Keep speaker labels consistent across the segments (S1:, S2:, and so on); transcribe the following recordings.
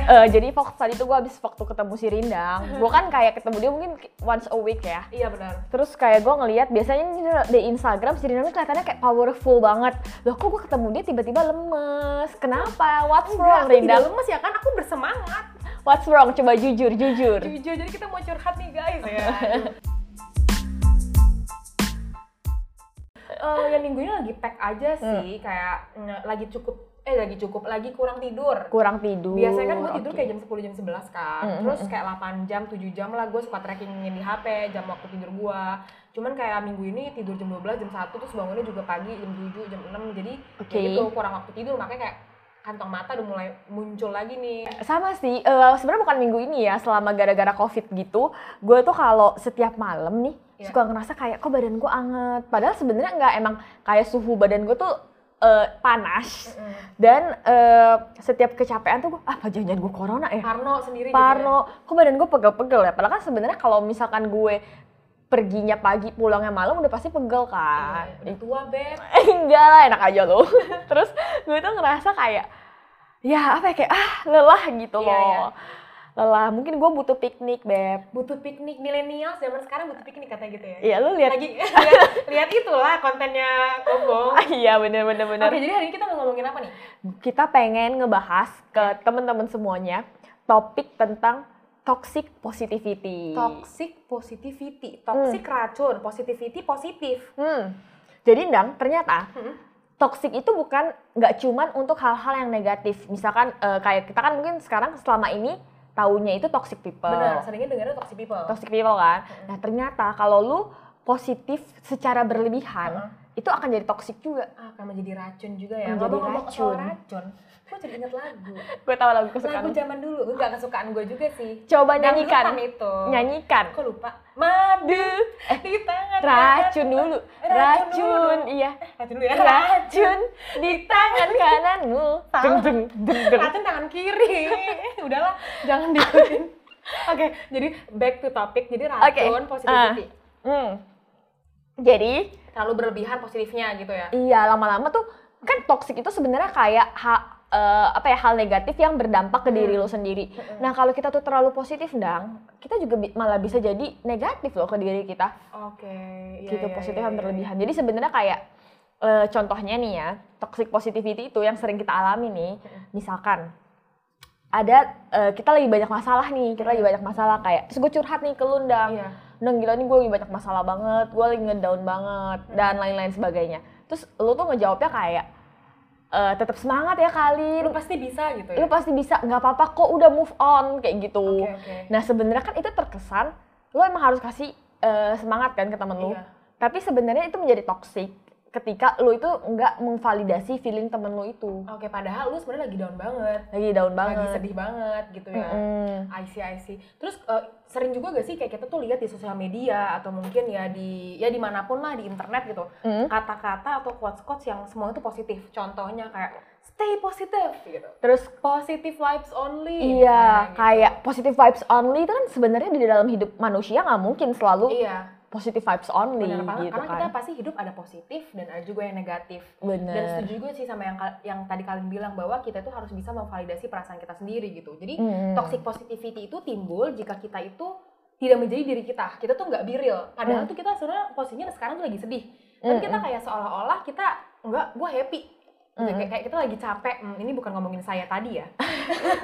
S1: Eh, jadi fokus tadi tuh gue abis waktu ketemu si Rindang, gue kan kayak ketemu dia mungkin once a week ya.
S2: Iya benar.
S1: Terus kayak gue ngelihat biasanya ini di Instagram si Rindang tuh kelihatannya kayak powerful banget. Loh kok gue ketemu dia tiba-tiba lemes? Kenapa? What's
S2: Enggak,
S1: wrong
S2: aku tidak
S1: Rindang?
S2: lemes ya kan, aku bersemangat.
S1: What's wrong? Coba jujur, jujur.
S2: Jujur, jadi kita mau curhat nih guys ya. Eh, yang minggu ini lagi pack aja sih, kayak nge- lagi cukup, eh lagi cukup, lagi kurang tidur.
S1: Kurang tidur.
S2: Biasanya kan gue tidur
S1: oke.
S2: kayak jam 10 jam 11 kan.
S1: Mm, mm,
S2: Terus kayak 8 jam, 7 jam lah gue suka trackingin di HP, jam waktu tidur gue. Cuman kayak minggu ini tidur jam 12, jam 1 terus bangunnya juga pagi jam 7, jam 6. Jadi
S1: Oke.
S2: kayak gitu kurang waktu tidur makanya kayak kantong mata udah mulai muncul lagi nih.
S1: sama sih eh, sebenarnya bukan minggu ini ya selama gara-gara covid gitu gue tuh kalau setiap malam nih
S2: Iya.
S1: suka ngerasa kayak kok badan gue anget padahal sebenarnya nggak emang kayak suhu badan gue tuh eh, panas dan eh, setiap kecapean tuh gue ah apa jangan gue corona ya
S2: Parno sendiri gitu. ya.
S1: parno kok badan gue pegel-pegel ya padahal kan sebenarnya kalau misalkan gue perginya pagi pulangnya malam udah pasti pegel kan
S2: Iya, Udah tua, Beb.
S1: enggak lah enak aja loh terus gue tuh ngerasa kayak ya apa ya kayak ah lelah gitu
S2: Iya,
S1: loh
S2: iya.
S1: lelah mungkin gue butuh piknik beb
S2: butuh piknik milenial zaman sekarang butuh piknik katanya gitu ya.
S1: ya lu lihat
S2: Lagi lihat, lihat itulah kontennya Kobong.
S1: iya bener bener
S2: Oke,
S1: bener
S2: jadi hari ini kita mau ngomongin apa nih?
S1: kita pengen ngebahas ke temen-temen semuanya topik tentang toxic positivity
S2: Toxic positivity, toxic racun, positivity positif.
S1: hmm. jadi ndang ternyata
S2: Hmm.
S1: toxic itu bukan nggak cuman untuk hal-hal yang negatif misalkan eh, kayak kita kan mungkin sekarang selama ini taunya itu toxic people
S2: Benar, Hmm. seringnya dengarnya toxic people.
S1: toxic people kan. Nah ternyata kalau lu positif secara berlebihan
S2: Hmm.
S1: itu akan jadi toxic juga.
S2: Ah, akan menjadi racun juga ya.
S1: Menjadi
S2: Ngomong-ngomong soal
S1: racun.
S2: racun, gue jadi inget lagu.
S1: Gue tahu lagu
S2: Lagu
S1: kesukaan. lu.
S2: zaman dulu, enggak kesukaan gue juga sih.
S1: Coba nyanyikan,
S2: Dangdutan itu.
S1: nyanyikan.
S2: Kok lupa? Madu di tangan
S1: Eh. Racun
S2: kananmu.
S1: dulu,
S2: Racun
S1: racun,
S2: dulu.
S1: iya.
S2: Racun dulu ya.
S1: Racun di tangan kananmu.
S2: Salah.
S1: Deng deng deng deng.
S2: Racun tangan kiri. Udahlah, jangan diikutin. Oke, jadi back to topic. Jadi
S1: Ah.
S2: racun positivity.
S1: Hmm. Jadi,
S2: Terlalu berlebihan positifnya gitu ya.
S1: iya lama-lama tuh kan toxic itu sebenarnya kayak ha- eh, apa ya hal negatif yang berdampak ke
S2: Hmm.
S1: diri lu sendiri. Nah kalau kita tuh terlalu positif, dang, kita juga bi- malah bisa jadi negatif loh ke diri kita.
S2: Oke. iya,
S1: gitu
S2: iya,
S1: positif
S2: iya,
S1: yang
S2: iya.
S1: berlebihan. Jadi sebenarnya kayak eh, contohnya nih ya, toxic positivity itu yang sering kita alami nih.
S2: Hmm.
S1: Misalkan ada eh, kita lagi banyak masalah nih, kita
S2: Hmm.
S1: lagi banyak masalah kayak terus gue curhat nih ke lu Ndang.
S2: Iya.
S1: Ndang, gila nih gue lagi banyak masalah banget, gue lagi ngedown banget dan lain-lain sebagainya. Terus lu tuh ngejawabnya kayak eh, tetap semangat ya kali,
S2: Lu pasti bisa gitu ya.
S1: lu pasti bisa, nggak apa-apa kok, udah move on kayak gitu.
S2: Oke, oke.
S1: Nah sebenarnya kan itu terkesan lo emang harus kasih eh, semangat kan ke temen lo.
S2: Iya.
S1: Tapi sebenarnya itu menjadi toxic ketika lo itu nggak memvalidasi feeling temen lo itu.
S2: Oke, padahal lu sebenarnya lagi down banget,
S1: Lagi down banget.
S2: lagi sedih banget gitu ya.
S1: Mm-mm.
S2: I see, I see. Terus eh, sering juga gak sih kayak kita tuh lihat di sosial media atau mungkin ya di ya dimanapun lah di internet gitu
S1: Mm.
S2: kata-kata atau quotes-quotes yang semua itu positif. Contohnya kayak stay positive gitu.
S1: Terus
S2: Positive vibes only.
S1: iya
S2: misalnya gitu.
S1: kayak positive vibes only itu kan sebenarnya di dalam hidup manusia nggak mungkin selalu
S2: Iya,
S1: positive vibes only
S2: benar banget.
S1: gitu
S2: Karena
S1: kan.
S2: kita pasti hidup ada positif dan ada juga yang negatif. Dan
S1: Bener.
S2: setuju juga sih sama yang kal- yang tadi kalian bilang bahwa kita itu harus bisa memvalidasi perasaan kita sendiri gitu. Jadi
S1: Mm.
S2: toxic positivity itu timbul jika kita itu tidak menjadi diri kita. Kita tuh nggak biril. Padahal
S1: Hmm.
S2: tuh kita sebenarnya posisinya sekarang tuh lagi sedih. Tapi
S1: Mm,
S2: kita kayak seolah-olah kita nggak, gue happy. Gitu,
S1: Mm.
S2: Kayak, kayak kita lagi capek. Hmm, ini bukan ngomongin saya tadi ya.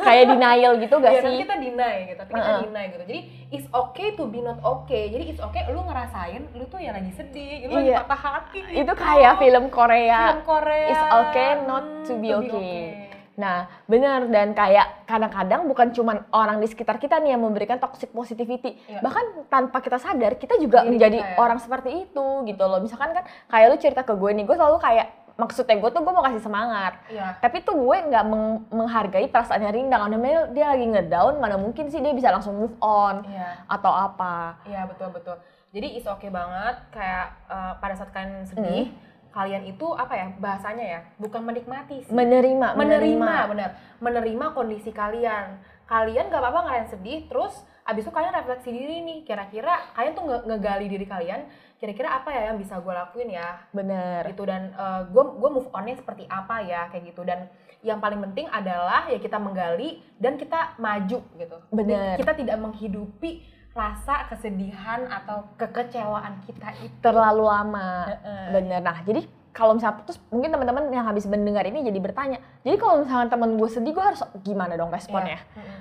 S1: kayak denial gitu gak
S2: Iya, tapi
S1: sih?
S2: kita deny gitu. Tapi kita
S1: Mm-mm.
S2: deny gitu. Jadi it's okay to be not okay. Jadi it's okay lu ngerasain lu tuh ya lagi sedih, lu
S1: Iya.
S2: lagi patah hati. gitu.
S1: Itu kayak film Korea.
S2: Film Korea.
S1: It's okay not to
S2: Hmm,
S1: be okay. Nah, benar dan kayak kadang-kadang bukan cuman orang di sekitar kita nih yang memberikan toxic positivity.
S2: Iya.
S1: Bahkan tanpa kita sadar, kita juga
S2: Diri
S1: menjadi
S2: kita ya.
S1: orang seperti itu gitu loh. Misalkan kan kayak lu cerita ke gue nih, gue selalu kayak maksudnya gue tuh gue mau kasih semangat.
S2: Iya.
S1: Tapi tuh gue nggak meng- menghargai perasaannya Rindang. Namanya dia lagi ngedown, mana mungkin sih dia bisa langsung move on
S2: Iya.
S1: atau apa.
S2: Iya betul betul. Jadi is oke banget kayak eh, pada saat kalian sedih, kalian itu apa ya bahasanya ya? Bukan menikmati sih.
S1: Menerima,
S2: menerima, benar. Menerima kondisi kalian. Kalian gak apa-apa ngerasain sedih, terus abis itu kalian refleksi diri nih kira-kira kalian tuh nge- ngegali diri kalian kira-kira apa ya yang bisa gue lakuin ya
S1: bener
S2: gitu dan gue gue move onnya seperti apa ya kayak gitu dan yang paling penting adalah ya kita menggali dan kita maju gitu
S1: Bener.
S2: kita tidak menghidupi rasa kesedihan atau kekecewaan kita itu
S1: terlalu lama
S2: Heeh.
S1: bener nah jadi kalau misalnya terus mungkin teman-teman yang habis mendengar ini jadi bertanya jadi kalau misalnya teman gue sedih gue harus gimana dong responnya
S2: Mm-mm.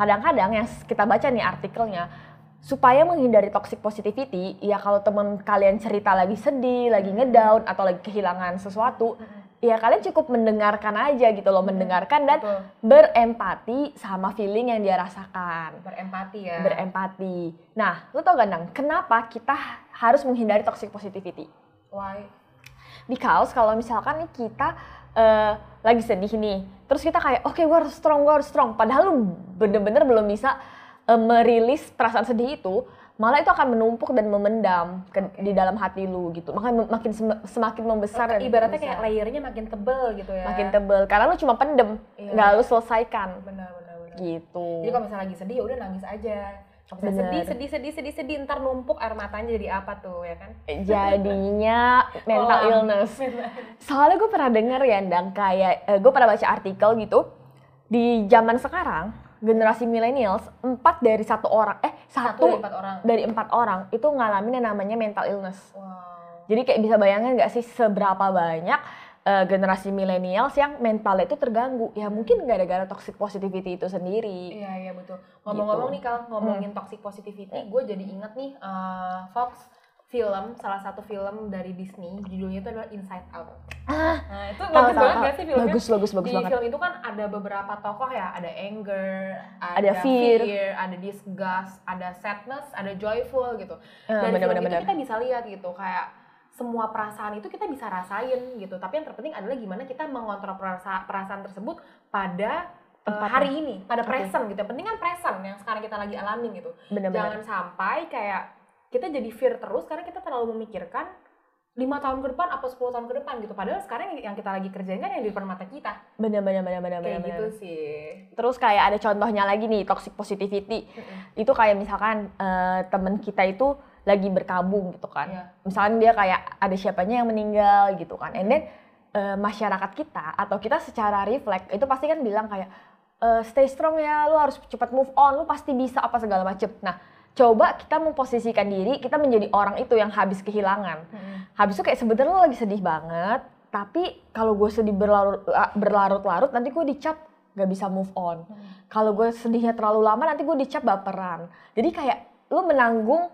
S1: kadang-kadang yang kita baca nih artikelnya supaya menghindari toxic positivity ya kalau teman kalian cerita lagi sedih lagi ngedown atau lagi kehilangan sesuatu ya kalian cukup mendengarkan aja gitu loh mendengarkan dan
S2: Betul,
S1: berempati sama feeling yang dia rasakan
S2: berempati ya
S1: berempati nah lu tau gak Nang, kenapa kita harus menghindari toxic positivity
S2: why
S1: because kalau misalkan nih kita eh, lagi sedih nih terus kita kayak oke gue harus strong gue harus strong padahal lu bener-bener belum bisa eh, merilis perasaan sedih itu malah itu akan menumpuk dan memendam ke- di dalam hati lu gitu makanya mem- makin sem- semakin membesar dan
S2: ibaratnya kayak
S1: membesar.
S2: layernya makin tebel gitu ya
S1: makin tebel karena lu cuma pendem
S2: Iya.
S1: nggak lu selesaikan
S2: benar benar benar
S1: gitu
S2: jadi kalau misalnya lagi sedih ya udah nangis aja kalau
S1: Bener.
S2: misalnya sedih sedih sedih sedih sedih ntar numpuk air matanya jadi apa tuh ya kan
S1: jadinya mental
S2: Kolam.
S1: illness soalnya gue pernah denger ya dan kayak eh, gue pernah baca artikel gitu di zaman sekarang generasi millennials empat dari satu orang eh
S2: satu
S1: satu
S2: dari empat orang
S1: dari empat orang itu ngalamin yang namanya mental illness
S2: wow
S1: jadi kayak bisa bayangin nggak sih seberapa banyak eh, generasi millennials yang mentalnya itu terganggu ya mungkin gara-gara toxic positivity itu sendiri
S2: Iya iya betul. Ngomong-ngomong
S1: Gitu. Ya.
S2: nih kalau ngomongin toxic positivity, gue jadi inget nih eh, Fox film salah satu film dari Disney judulnya itu adalah Inside Out.
S1: ah
S2: Nah itu
S1: tahu,
S2: bagus
S1: tahu,
S2: banget
S1: tahu.
S2: gak sih filmnya?
S1: bagus bagus bagus
S2: Di
S1: banget
S2: film itu kan ada beberapa tokoh ya, ada anger,
S1: Ada fear.
S2: ada disgust, ada sadness, ada joyful gitu.
S1: Eh,
S2: Dan di film
S1: bener-bener bener.
S2: itu kita bisa lihat gitu kayak semua perasaan itu kita bisa rasain gitu. Tapi yang terpenting adalah gimana kita mengontrol perasa- perasaan tersebut pada eh,
S1: Tempatnya.
S2: hari ini, pada
S1: Oke.
S2: present gitu. Yang penting kan present yang sekarang kita lagi alamin gitu.
S1: bener-bener
S2: Jangan sampai kayak kita jadi fear terus karena kita terlalu memikirkan lima tahun ke depan apa 10 tahun ke depan gitu. Padahal sekarang yang kita lagi kerjain kan yang di depan mata kita.
S1: bener-bener bener-bener
S2: Kayak
S1: bener-bener.
S2: gitu sih.
S1: Terus kayak ada contohnya lagi nih toxic positivity. Itu kayak misalkan eh, temen kita itu lagi berkabung gitu kan.
S2: Iya.
S1: Misalnya dia kayak ada siapanya yang meninggal gitu kan. And then eh, masyarakat kita atau kita secara refleks itu pasti kan bilang kayak eh, stay strong ya, lu harus cepat move on, lu pasti bisa apa segala macem. Nah, coba kita memposisikan diri kita menjadi orang itu yang habis kehilangan. Habis itu kayak sebenarnya lo lagi sedih banget, tapi kalau gue sedih berlarut, berlarut-larut nanti gue dicap gak bisa move on. Kalau gue sedihnya terlalu lama nanti gue dicap baperan. Jadi kayak lo menanggung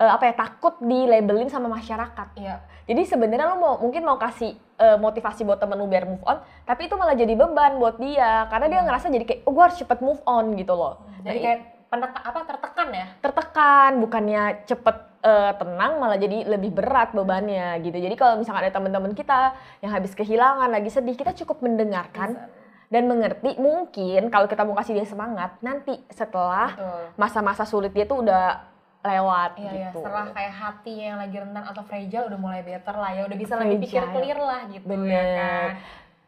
S1: eh, apa ya takut dilabelin sama masyarakat.
S2: Iya.
S1: Jadi sebenarnya lo mau mungkin mau kasih eh, motivasi buat temen lo biar move on, tapi itu malah jadi beban buat dia karena dia ngerasa jadi kayak oh gue harus cepet move on gitu loh.
S2: Jadi
S1: Nah,
S2: kayak penekan apa tertekan ya?
S1: tertekan bukannya cepet eh, tenang malah jadi lebih berat bebannya gitu jadi kalau misalkan ada teman-teman kita yang habis kehilangan lagi sedih kita cukup mendengarkan dan mengerti mungkin kalau kita mau kasih dia semangat nanti setelah
S2: Betul.
S1: masa-masa sulit dia tuh udah lewat
S2: Iya ya,
S1: gitu
S2: setelah kayak hatinya yang lagi rentan atau fragile udah mulai better lah ya, udah bisa lebih pikir
S1: Fragile.
S2: clear lah gitu ya
S1: Bener.
S2: kan.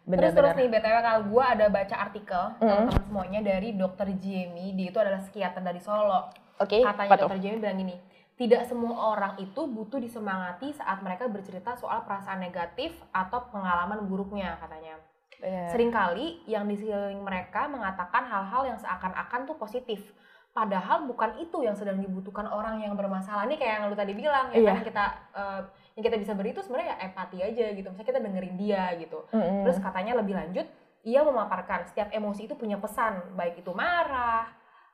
S2: terus terus
S1: benar-benar
S2: nih btw kalau gue ada baca artikel
S1: Mm.
S2: teman semuanya dari dokter Jamie, dia itu adalah psikiater dari Solo.
S1: oke
S2: Katanya
S1: apa tuh
S2: dokter Jamie bilang gini, tidak semua orang itu butuh disemangati saat mereka bercerita soal perasaan negatif atau pengalaman buruknya katanya.
S1: Iya.
S2: Seringkali yang di sekeliling mereka mengatakan hal-hal yang seakan-akan tuh positif. Padahal bukan itu yang sedang dibutuhkan orang yang bermasalah. Ini kayak yang lu tadi bilang, ya
S1: Iya.
S2: kan, yang kita eh, yang kita bisa beri itu sebenarnya ya empati aja gitu. Misalnya kita dengerin dia gitu.
S1: Mm-mm.
S2: Terus katanya lebih lanjut, ia memaparkan setiap emosi itu punya pesan, baik itu marah,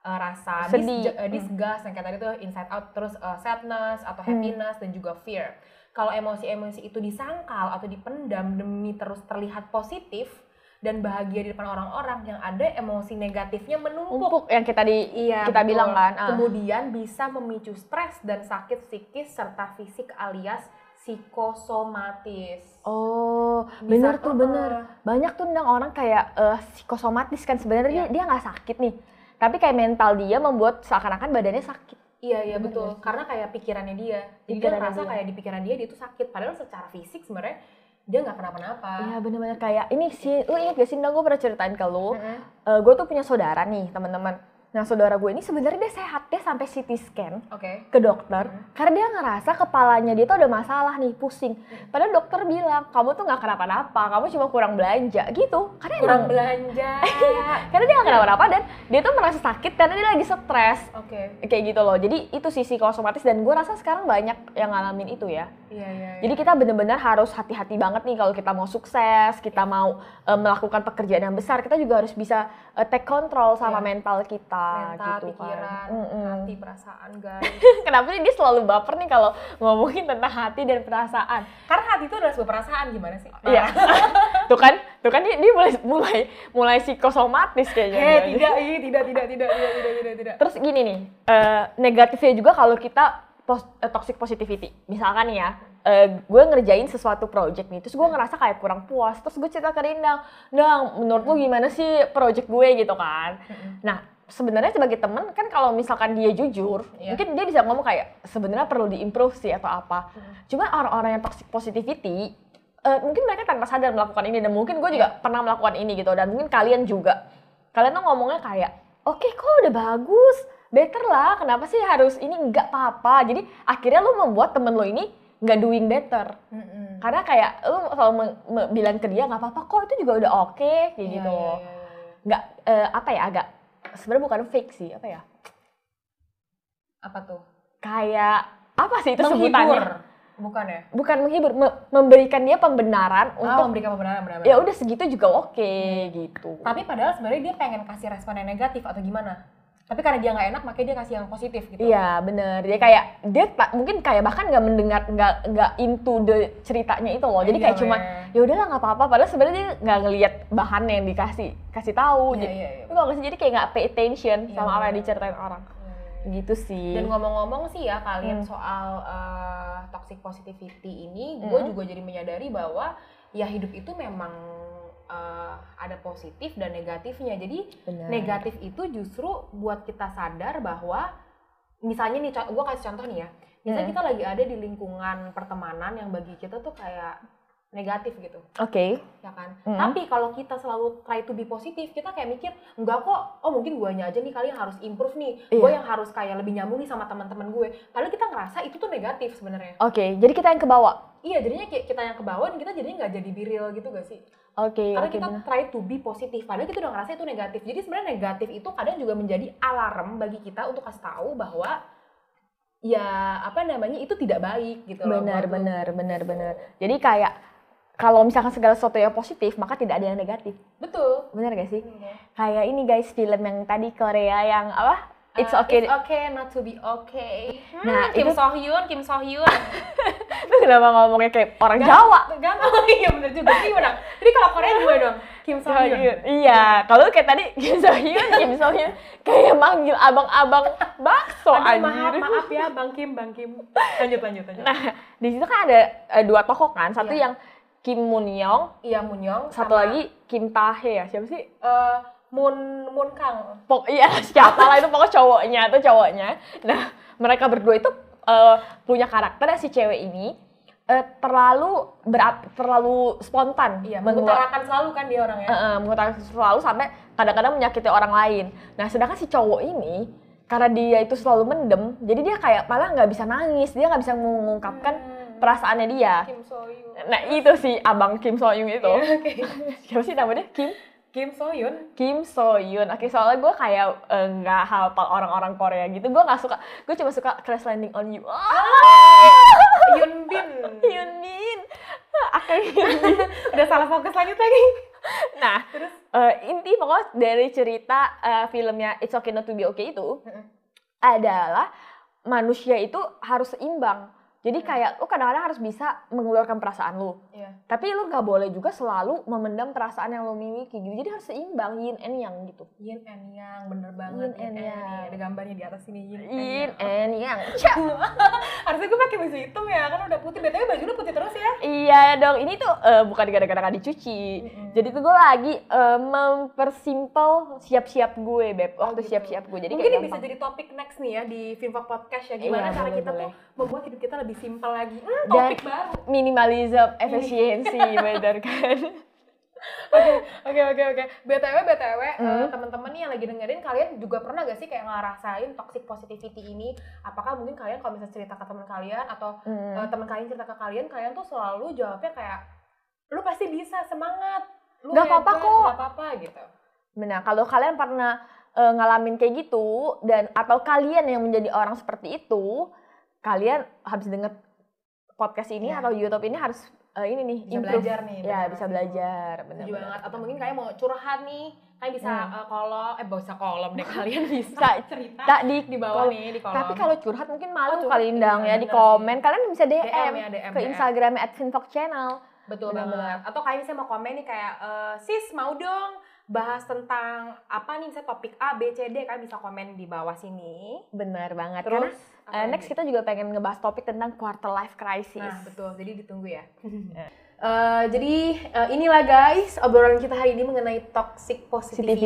S2: eh, rasa dis-
S1: Sedih. Hmm.
S2: eh, disgust yang kayak tadi tuh inside out, terus eh, sadness atau happiness dan juga fear. Kalau emosi-emosi itu disangkal atau dipendam demi terus terlihat positif dan bahagia di depan orang-orang yang ada emosi negatifnya
S1: Empuk
S2: menumpuk.
S1: yang kita di
S2: Iya,
S1: kita
S2: betul.
S1: bilang kan ah.
S2: Kemudian bisa memicu stres dan sakit psikis serta fisik alias psikosomatis.
S1: oh
S2: Bisa-
S1: benar tuh
S2: eh,
S1: benar
S2: eh,
S1: banyak tuh Ndang, orang kayak eh, psikosomatis kan sebenarnya
S2: Iya.
S1: dia dia nggak sakit nih tapi kayak mental dia membuat seakan-akan badannya sakit
S2: Iya iya
S1: Bener
S2: betul.
S1: gak sih?
S2: Karena kayak pikirannya dia. Jadi dia
S1: Pikirannya
S2: merasa
S1: dia.
S2: kayak di pikiran dia dia itu sakit. Padahal secara fisik sebenarnya dia nggak kenapa-napa.
S1: iya bener-bener kayak ini sih lu inget gak sih Ndang gue pernah ceritain ke lu
S2: Mm-mm.
S1: Eh, gue tuh punya saudara nih teman-teman Nah, saudara gue ini sebenarnya dia sehat, dia sampai CT scan
S2: Oke.
S1: ke dokter
S2: Hmm.
S1: karena dia ngerasa kepalanya dia tuh ada masalah nih, pusing. Padahal dokter bilang, "Kamu tuh nggak kenapa-napa, kamu cuma kurang belanja." gitu. Karena emang
S2: Kurang belanja.
S1: karena dia nggak kenapa-napa dan dia tuh merasa sakit karena dia lagi stres
S2: Oke.
S1: kayak gitu loh jadi itu sisi psikosomatis dan gue rasa sekarang banyak yang ngalamin itu ya
S2: Iya, iya. iya.
S1: jadi kita bener-bener harus hati-hati banget nih kalau kita mau sukses kita mau eh, melakukan pekerjaan yang besar kita juga harus bisa eh, take control sama
S2: Iya.
S1: mental kita
S2: mental,
S1: gitu
S2: pikiran,
S1: kan Mm-mm.
S2: hati, perasaan, guys.
S1: kenapa sih dia selalu baper nih kalau ngomongin tentang hati dan perasaan
S2: Karena hati itu adalah sebuah perasaan gimana sih?
S1: iya tuh kan tuh kan dia, dia mulai mulai mulai psikosomatis kayaknya
S2: Eh,
S1: dia.
S2: tidak, ih, tidak, tidak, tidak, tidak, tidak, tidak, tidak.
S1: Terus gini nih, eh, negatifnya juga kalau kita pos- eh, toxic positivity. Misalkan nih ya, eh, gue ngerjain sesuatu project nih, terus gue ngerasa kayak kurang puas. Terus gue cerita ke Rindang, Dang, menurut lu gimana sih project gue gitu kan? Nah, sebenarnya sebagai temen kan kalau misalkan dia jujur,
S2: Iya.
S1: mungkin dia bisa ngomong kayak sebenarnya perlu diimprove sih atau apa.
S2: Hmm.
S1: Cuman orang-orang yang toxic positivity eh, mungkin mereka tanpa sadar melakukan ini dan mungkin gue
S2: Iya.
S1: juga pernah melakukan ini gitu dan mungkin kalian juga kalian tuh ngomongnya kayak oke kok udah bagus better lah kenapa sih harus ini nggak apa-apa jadi akhirnya lu membuat temen lu ini nggak doing better
S2: Mm-mm.
S1: karena kayak lu selalu me- me- bilang ke dia nggak apa-apa kok itu juga udah oke kayak
S2: Iya,
S1: gitu
S2: iya, iya, iya, iya.
S1: nggak eh, apa ya agak sebenarnya bukan fake sih apa ya
S2: Apa tuh?
S1: kayak apa sih itu
S2: Menghibur.
S1: sebutannya
S2: Bukan ya?
S1: bukan menghibur me- memberikan dia pembenaran
S2: Untuk
S1: untuk
S2: Oh, memberikan pembenaran benar-benar.
S1: ya udah segitu juga oke gitu
S2: Tapi padahal sebenarnya dia pengen kasih respon yang negatif atau gimana. Tapi karena dia nggak enak, makanya dia kasih yang positif gitu.
S1: Iya bener, dia kayak dia ta- mungkin kayak bahkan nggak mendengar nggak nggak into the ceritanya itu loh, jadi
S2: Iya,
S1: kayak cuma
S2: weh.
S1: ya udahlah nggak apa-apa, padahal sebenarnya dia nggak ngelihat bahan yang dikasih kasih tahu,
S2: Iya,
S1: "Oh, jadi
S2: iya, iya.
S1: lu nggak ngasih jadi kayak nggak pay attention
S2: Iya,
S1: sama apa yang
S2: bener.
S1: diceritain orang, gitu sih.
S2: Iya. Dan ngomong-ngomong sih ya kalian
S1: Hmm.
S2: soal eh, toxic positivity ini, gue
S1: Hmm.
S2: juga jadi menyadari bahwa ya hidup itu memang eh, ada positif dan negatifnya. Jadi
S1: Bener.
S2: negatif itu justru buat kita sadar bahwa misalnya nih gue kasih contoh nih ya misalnya
S1: Hmm.
S2: kita lagi ada di lingkungan pertemanan yang bagi kita tuh kayak negatif gitu
S1: Oke.
S2: ya kan
S1: Hmm.
S2: tapi kalau kita selalu try to be positif kita kayak mikir enggak kok oh mungkin guanya aja nih kali yang harus improve nih gue
S1: Iya.
S2: yang harus kayak lebih nyambung nih sama teman-teman gue padahal kita ngerasa itu tuh negatif sebenarnya
S1: Oke, jadi kita yang ke bawah.
S2: iya jadinya kayak kita yang ke bawah dan kita jadinya nggak jadi be real gitu gak sih
S1: Oke, Iya,
S2: karena
S1: oke
S2: kita
S1: bener.
S2: try to be positif padahal kita udah ngerasa itu negatif jadi sebenarnya negatif itu kadang juga menjadi alarm bagi kita untuk kasih tahu bahwa ya apa namanya itu tidak baik gitu loh
S1: Benar,
S2: buat lu.
S1: benar, benar, benar. Jadi kayak kalau misalkan segala sesuatu yang positif, maka tidak ada yang negatif.
S2: betul
S1: Bener gak sih? Kayak ini guys film yang tadi Korea yang apa? It's
S2: Uh,
S1: okay.
S2: it's okay not to be okay Hmm,
S1: Nah,
S2: Kim
S1: itu-
S2: Sohyun Kim Sohyun
S1: Lu kenapa ngomongnya kayak orang Jawa?
S2: gampang iya bener juga gimana jadi kalau Korea gue dong Kim
S1: Sohyun.
S2: Sohyun
S1: Iya, kalau kayak tadi Kim Sohyun, Kim Sohyun kayak manggil abang-abang bakso anjir.
S2: Aduh, maaf maaf ya Bang Kim Bang Kim lanjut lanjut lanjut
S1: Nah, di situ kan ada eh, dua tokoh kan, satu
S2: Iya.
S1: yang Kim Moon Young,
S2: iya Munyong
S1: satu
S2: sama,
S1: lagi Kim Tae ya. Siapa sih?
S2: eh, Moon Moon Kang
S1: Pok iya siapa lah itu pokoknya cowoknya itu cowoknya. Nah, mereka berdua itu eh, punya karakter dan si cewek ini eh, terlalu berap- terlalu spontan
S2: iya
S1: mengeluarkan
S2: mengutarakan selalu kan dia orangnya
S1: Heeh, mengutarakan selalu sampai kadang-kadang menyakiti orang lain. Nah, sedangkan si cowok ini karena dia itu selalu mendem, jadi dia kayak malah nggak bisa nangis, dia nggak bisa mengungkapkan
S2: Hmm.
S1: perasaannya dia.
S2: Kim Soyun.
S1: Nah, itu si abang Kim Soyun itu.
S2: Iya, oke.
S1: Siapa sih namanya? Kim?
S2: Kim Soyun.
S1: Kim Soyun. Oke, soalnya gue kayak eh, nggak hafal orang-orang Korea gitu. Gue nggak suka. Gue cuma suka Crash Landing on You. Ah,
S2: Yun Bin.
S1: Yun Min. Akhirnya Yun Min.
S2: Udah salah fokus lanjut lagi.
S1: Nah, eh, inti pokoknya dari cerita eh, filmnya It's Okay Not To Be Okay itu
S2: Mm-mm.
S1: adalah manusia itu harus seimbang. Jadi kayak lu kadang-kadang harus bisa mengeluarkan perasaan lu.
S2: Iya.
S1: Tapi lu nggak boleh juga selalu memendam perasaan yang lu miliki. gitu. Jadi harus seimbang, yin and yang gitu.
S2: Yin and Yang, bener
S1: Yin
S2: banget.
S1: and Yang.
S2: Ada gambarnya di atas sini Yin, and
S1: Yin
S2: Yang.
S1: and yang. Cak.
S2: Harusnya gue pakai baju hitam ya, kan udah putih. BTW baju lu putih terus ya.
S1: Iya dong, ini tuh eh, bukan gara-gara nggak dicuci.
S2: Mm-mm.
S1: Jadi tuh gue lagi eh, mempersimpel siap-siap gue, Beb.
S2: Oh,
S1: Waktu
S2: gitu.
S1: siap-siap gue. Jadi
S2: Mungkin
S1: kayak
S2: ini bisa
S1: gampang.
S2: jadi topik next nih ya di Filmvok Podcast ya. Gimana
S1: Iya,
S2: cara
S1: boleh,
S2: kita
S1: boleh.
S2: tuh membuat hidup kita lebih simpel lagi. Hmm,
S1: Dan-
S2: topik baru.
S1: minimalism efisiensi bener kan
S2: Oke oke oke. BTW BTW eh,
S1: Hmm.
S2: teman-teman nih yang lagi dengerin kalian juga pernah gak sih kayak ngerasain toxic positivity ini? Apakah mungkin kalian kalau misalnya cerita ke teman kalian atau
S1: Hmm.
S2: eh, teman kalian cerita ke kalian kalian tuh selalu jawabnya kayak lu pasti bisa, semangat. Lu
S1: Gak apa-apa
S2: hebat,
S1: kok."
S2: Gak apa-apa gitu.
S1: Benar, Nah, kalau kalian pernah eh, ngalamin kayak gitu dan atau kalian yang menjadi orang seperti itu, kalian habis denger podcast ini
S2: Iya.
S1: atau YouTube ini harus eh, ini nih
S2: Bisa
S1: improve.
S2: belajar nih.
S1: ya,
S2: bener.
S1: bisa belajar, benar.
S2: Setuju banget. Atau mungkin kalian mau curhat nih, kalian bisa
S1: Hmm.
S2: eh, kolom eh bisa kolom deh kalian bisa,
S1: Bisa.
S2: cerita
S1: Tak di
S2: di bawah
S1: kalau-
S2: nih di kolom.
S1: Tapi kalau curhat mungkin malu
S2: curhat,
S1: kali Indang ya
S2: iya,
S1: di
S2: bener
S1: komen. Kalian bisa DM,
S2: DM ya DM
S1: ke Instagramnya @fintalkchannel.
S2: Betul
S1: Benar-benar.
S2: banget. Atau kayak misalnya mau komen nih kayak eh, sis mau dong bahas tentang apa nih misalnya topik A B C D kan bisa komen di bawah sini.
S1: Benar banget. Karena
S2: Terus
S1: eh,
S2: apa lagi?
S1: next kita juga pengen ngebahas topik tentang quarter life crisis.
S2: Nah, betul. Jadi ditunggu ya. Eh, jadi eh, inilah guys obrolan kita hari ini mengenai toxic positivity.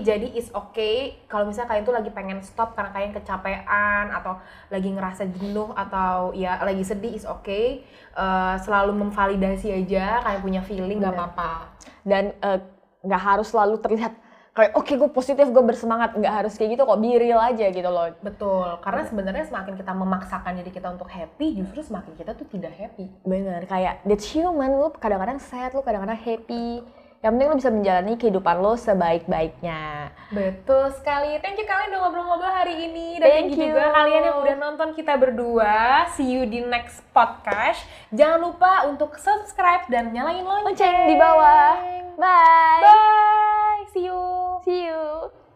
S1: Positivity.
S2: Jadi it's okay kalau misalnya kalian tuh lagi pengen stop karena kalian kecapean atau lagi ngerasa jenuh atau ya lagi sedih it's okay. Eh, selalu memvalidasi aja kalian punya feeling nggak
S1: Benar.
S2: apa-apa.
S1: dan eh, nggak harus selalu terlihat kayak oke gue positif gue bersemangat nggak harus kayak gitu kok be real aja gitu loh
S2: Betul, karena sebenarnya semakin kita memaksakan diri kita untuk happy, justru semakin kita tuh tidak happy.
S1: bener kayak that's human lu kadang-kadang sad lu kadang-kadang happy yang penting lu bisa menjalani kehidupan lo sebaik-baiknya
S2: Betul sekali. Thank you kalian udah ngobrol-ngobrol hari ini. Dan
S1: Thank
S2: thank you
S1: you.
S2: juga kalian yang udah nonton kita berdua. See you di next podcast. Jangan lupa untuk subscribe dan nyalain lonceng
S1: lonceng di bawah bye
S2: Bye. See you.
S1: see you